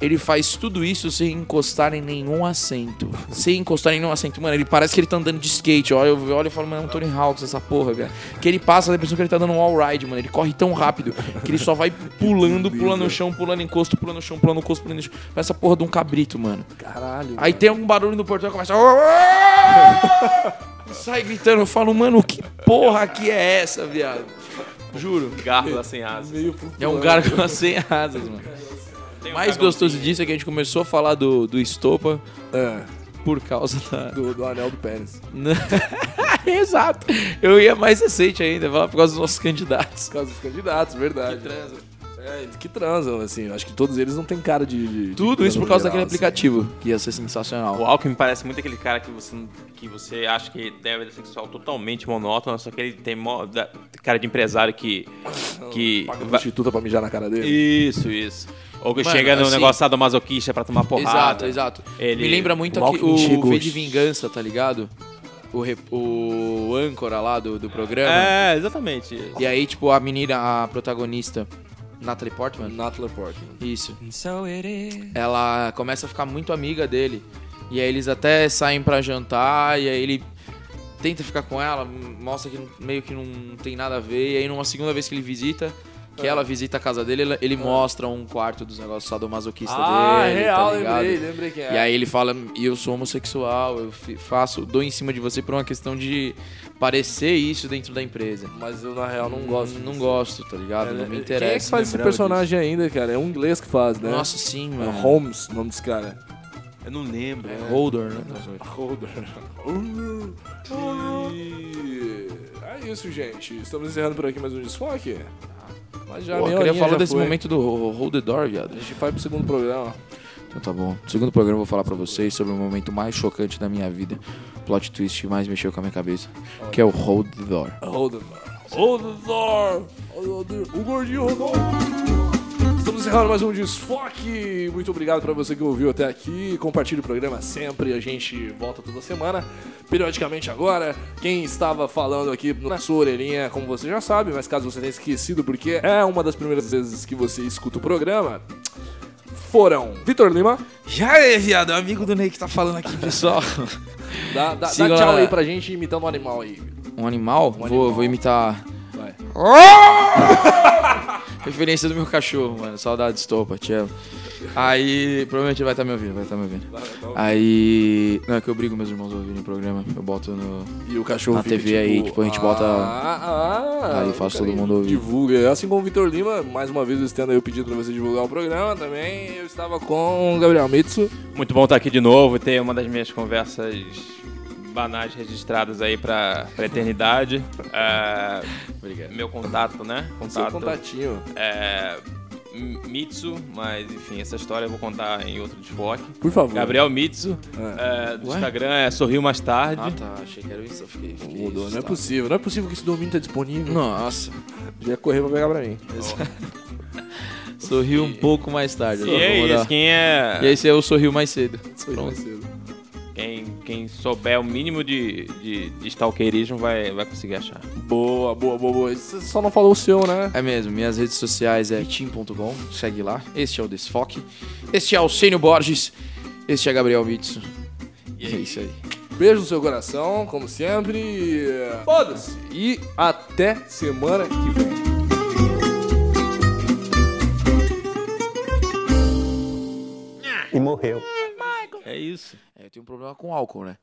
Speaker 1: Ele faz tudo isso sem encostar em nenhum assento. Sem encostar em nenhum assento. Mano, ele parece que ele tá andando de skate. Ó, eu olho e falo, mano, é um Tony Hawks essa porra, velho. Que ele passa, dá a impressão que ele tá dando um all-ride, mano. Ele corre tão rápido que ele só vai pulando, pulando no chão, pulando encosto, pulando no chão, pulando encosto, pulando no chão. Parece a porra de um cabrito, mano.
Speaker 3: Caralho.
Speaker 1: Aí tem algum barulho no portão e começa. a- *laughs* Sai gritando, eu falo, mano, que porra que é essa, viado? Juro.
Speaker 2: Gárgula sem asas.
Speaker 3: Meio
Speaker 1: É um gárgula *laughs* sem asas, mano. O
Speaker 2: um
Speaker 1: mais gostoso disso é que a gente começou a falar do, do estopa
Speaker 3: É,
Speaker 1: por causa
Speaker 2: *laughs*
Speaker 1: da.
Speaker 3: do, do anel do pênis. Por
Speaker 1: Exato. Eu ia mais recente ainda, falar por causa dos nossos candidatos.
Speaker 3: causa dos candidatos, verdade. Que transam. É, que transam, assim. Acho que todos eles não têm cara de... de- de
Speaker 1: Tudo isso por causa daquele
Speaker 3: transam geral, assim.
Speaker 1: aplicativo, que ia ser sensacional.
Speaker 2: O Alckmin parece muito aquele cara que você, que você acha que tem a vida sexual totalmente monótona, só que ele tem mó- da- cara de empresário que. que
Speaker 3: assim. Paga um
Speaker 2: vai-
Speaker 3: prostituta pra mijar na cara dele.
Speaker 2: Isso, isso. Ou que
Speaker 1: Mano,
Speaker 2: chega no
Speaker 1: assim-
Speaker 2: negócio sadomasoquista pra tomar
Speaker 1: Exato,
Speaker 2: porrada.
Speaker 1: exato.
Speaker 2: Ele-
Speaker 1: Me lembra muito
Speaker 3: o
Speaker 1: aqui, o,
Speaker 3: Alckmin chegou.
Speaker 1: V de Vingança, tá ligado? O, rep- o âncora lá do, do programa.
Speaker 2: É, exatamente.
Speaker 1: E aí, tipo, a menina, a protagonista, Natalie Portman.
Speaker 3: Natalie Portman.
Speaker 1: Isso. Ela começa a ficar muito amiga dele. E aí eles até saem pra jantar, e aí ele tenta ficar com ela, mostra que não- meio que não tem nada a ver. E aí numa segunda vez que ele visita,
Speaker 3: É.
Speaker 1: que ela visita a casa dele, ele, ele mostra um quarto dos negócios sadomasoquista dele. tá ligado?
Speaker 3: Ah, é lembrei quem
Speaker 1: E aí ele fala, "E eu sou homossexual, eu fi- faço, dou em cima de você por uma questão de parecer isso dentro da empresa.
Speaker 3: Mas eu, na real, não gosto.
Speaker 1: Hum, Não
Speaker 3: disso.
Speaker 1: gosto, tá ligado?
Speaker 3: É,
Speaker 1: não me
Speaker 3: é,
Speaker 1: interessa.
Speaker 3: Quem é que faz esse
Speaker 1: lembrava
Speaker 3: personagem ainda, cara? É um inglês que faz, né?
Speaker 1: disso. Nossa, sim,
Speaker 3: É
Speaker 1: mano.
Speaker 3: Holmes, o nome desse cara.
Speaker 2: Eu não lembro.
Speaker 1: *laughs* Holder, né?
Speaker 3: Holder. E... É isso, gente. Estamos encerrando por aqui mais um desfoque. Mas já
Speaker 1: Ah. Pô,
Speaker 3: meia
Speaker 1: eu queria
Speaker 3: horinha
Speaker 1: falar
Speaker 3: já
Speaker 1: desse
Speaker 3: foi.
Speaker 1: momento do ho- Hold the Door,
Speaker 3: A
Speaker 1: viado.
Speaker 3: gente vai pro segundo programa.
Speaker 1: Então tá bom. No segundo programa eu vou falar pra vocês sobre o momento mais chocante da minha vida. Plot twist que mais mexeu com a minha cabeça. Que é o Hold the Door.
Speaker 3: Holder. Holder. Holder. O gordinho rodou. Estamos encerrando mais um desfoque. Muito obrigado pra você que ouviu até aqui. Compartilhe o programa sempre. A gente volta toda semana, periodicamente agora. Quem estava falando aqui na sua orelhinha, como você já sabe, mas caso você tenha esquecido, porque é uma das primeiras vezes que você escuta o programa, foram Vitor Lima.
Speaker 1: Já é, viado. É o amigo do Ney que tá falando aqui, pessoal.
Speaker 3: Dá, dá, dá
Speaker 1: Siga
Speaker 3: tchau
Speaker 1: lá.
Speaker 3: aí pra gente imitando um animal aí.
Speaker 1: *laughs* Um animal? vou,
Speaker 3: animal.
Speaker 1: vou imitar.
Speaker 3: Vai.
Speaker 1: Referência do meu cachorro, mano. Saudade, estopa, te amo. Aí, provavelmente ele vai estar me ouvindo, vai estar me ouvindo. Aí. Não, é que eu brigo meus irmãos a ouvirem o programa. Eu boto no.
Speaker 3: E o cachorro
Speaker 1: Na
Speaker 3: fica,
Speaker 1: TV aí, tipo, a gente bota-
Speaker 3: Ah, ah,
Speaker 1: Aí faz
Speaker 3: o
Speaker 1: todo
Speaker 3: cara
Speaker 1: mundo ouvir.
Speaker 3: Divulga. Assim como o Vitor Lima, mais uma vez eu estendo aí o pedido pra você divulgar o programa também. Eu estava com o Gabriel Mitsu.
Speaker 2: Muito bom estar aqui de novo e ter uma das minhas conversas banais registradas aí pra, pra eternidade. Ah, Meu contato, né?
Speaker 1: Tá,
Speaker 3: Seu
Speaker 2: Contato.
Speaker 3: contatinho.
Speaker 2: É, M- Mitsu, mas enfim, essa história eu vou contar em outro desfoque.
Speaker 3: Por favor.
Speaker 2: Gabriel Mitsu, é, do Instagram é Sorriu Mais Tarde.
Speaker 1: Ah, tá. Achei que era isso. tá. Eu fiquei. fiquei
Speaker 3: Mudou. Não é
Speaker 1: assustado.
Speaker 3: possível. Não é possível que esse domínio tá disponível.
Speaker 1: Nossa.
Speaker 3: Já ia correr pra pegar pra mim.
Speaker 1: Sorriu um pouco mais tarde.
Speaker 2: E é isso, quem é.
Speaker 1: E esse é o sorriu mais cedo.
Speaker 3: Isso aí, parceiro.
Speaker 2: Quem quem souber o mínimo de, de, de stalkerismo vai, vai conseguir achar.
Speaker 3: Boa, boa, boa, boa. Você só não falou o seu, né?
Speaker 1: É mesmo, minhas redes sociais é tim.com, segue lá. Este é o Desfoque. Este é Alcênio Borges. Este é Gabriel Mitsu. E é isso aí.
Speaker 3: Beijo no seu coração, como sempre. e- Foda-se! E até semana que vem.
Speaker 6: E morreu.
Speaker 2: É isso.
Speaker 1: É, eu tenho um problema com álcool, né?